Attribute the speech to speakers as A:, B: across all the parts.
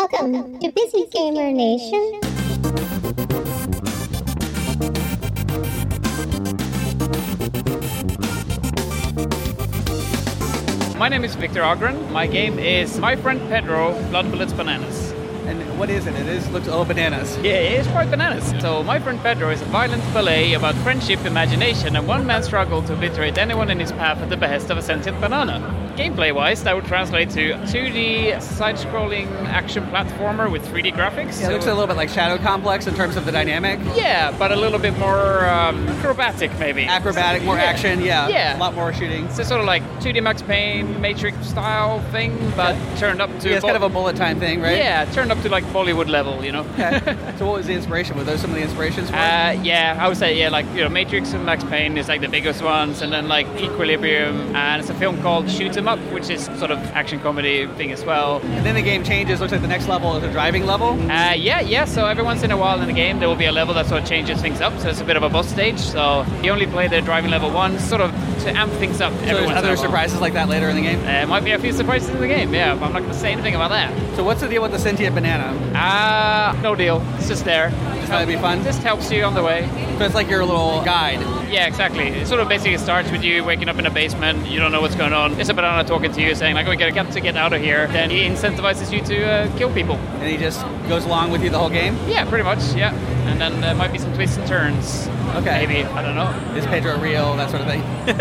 A: Welcome to Busy Gamer Nation.
B: My name is Victor Ogren. My game is My Friend Pedro Blood Bullets Bananas.
C: And what is it? It is looks all bananas.
B: Yeah, it's quite bananas. So, My Friend Pedro is a violent ballet about friendship, imagination, and one man's struggle to obliterate anyone in his path at the behest of a sentient banana. Gameplay wise, that would translate to 2D side scrolling action platformer with 3D graphics.
C: Yeah, it looks a
B: So-
C: little bit like Shadow Complex in terms of the dynamic.
B: yeah, but a little bit more um, acrobatic, maybe.
C: Acrobatic, more
B: Yeah.
C: action, yeah.
B: Yeah.
C: A lot more shooting.
B: It's a sort of like 2D Max Payne Matrix style thing, but turned up to.
C: Yeah, it's kind of
B: Bo-
C: a bullet time thing, right?
B: Yeah, turned up to like Bollywood level, you know?
C: Okay. so what was the inspiration? Were those some of the inspirations for it?
B: Uh, yeah, I would say yeah, like you know, Matrix and Max Payne is like the biggest ones, and then like Equilibrium, and it's a film called Shoot 'Em Up, which is sort of action comedy thing as well.
C: And then the game changes. Looks like the next level is a driving level.
B: Uh, yeah, yeah. So every once in a while in the game, there will be a level that sort of changes things up. So it's a bit of a boss stage. So you only play the driving level once, sort of to amp things up.
C: So
B: every
C: there's
B: once in a
C: other
B: while.
C: surprises like that later in the game.
B: Uh, might be a few surprises in the game. Yeah, I'm not going to say anything about that.
C: So what's the deal with the sentient banana?
B: Uh, no deal. It's just there.
C: Just thought it'd be fun.
B: Just helps you on the way.
C: So it's like your little guide.
B: Yeah, exactly. It sort of basically starts with you waking up in a basement. You don't know what's going on. It's a banana talking to you, saying like, "We gotta get to get out of here." Then he incentivizes you to uh, kill people.
C: And he just goes along with you the whole game.
B: Yeah, pretty much. Yeah, and then there might be some twists and turns.
C: Okay.
B: Maybe I don't know.
C: Is Pedro real? That sort of thing.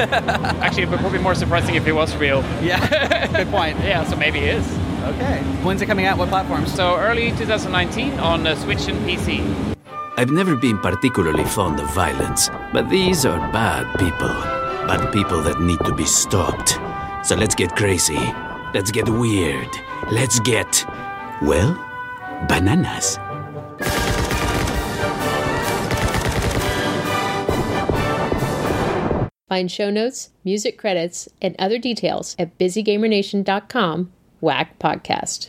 B: Actually, it would be more surprising if he was real.
C: Yeah. Good point.
B: Yeah, so maybe he is.
C: Okay. When's it coming out? What platforms?
B: So early 2019 on uh, Switch and PC.
D: I've never been particularly fond of violence, but these are bad people. Bad people that need to be stopped. So let's get crazy. Let's get weird. Let's get, well, bananas.
E: Find show notes, music credits, and other details at busygamernation.com whack podcast.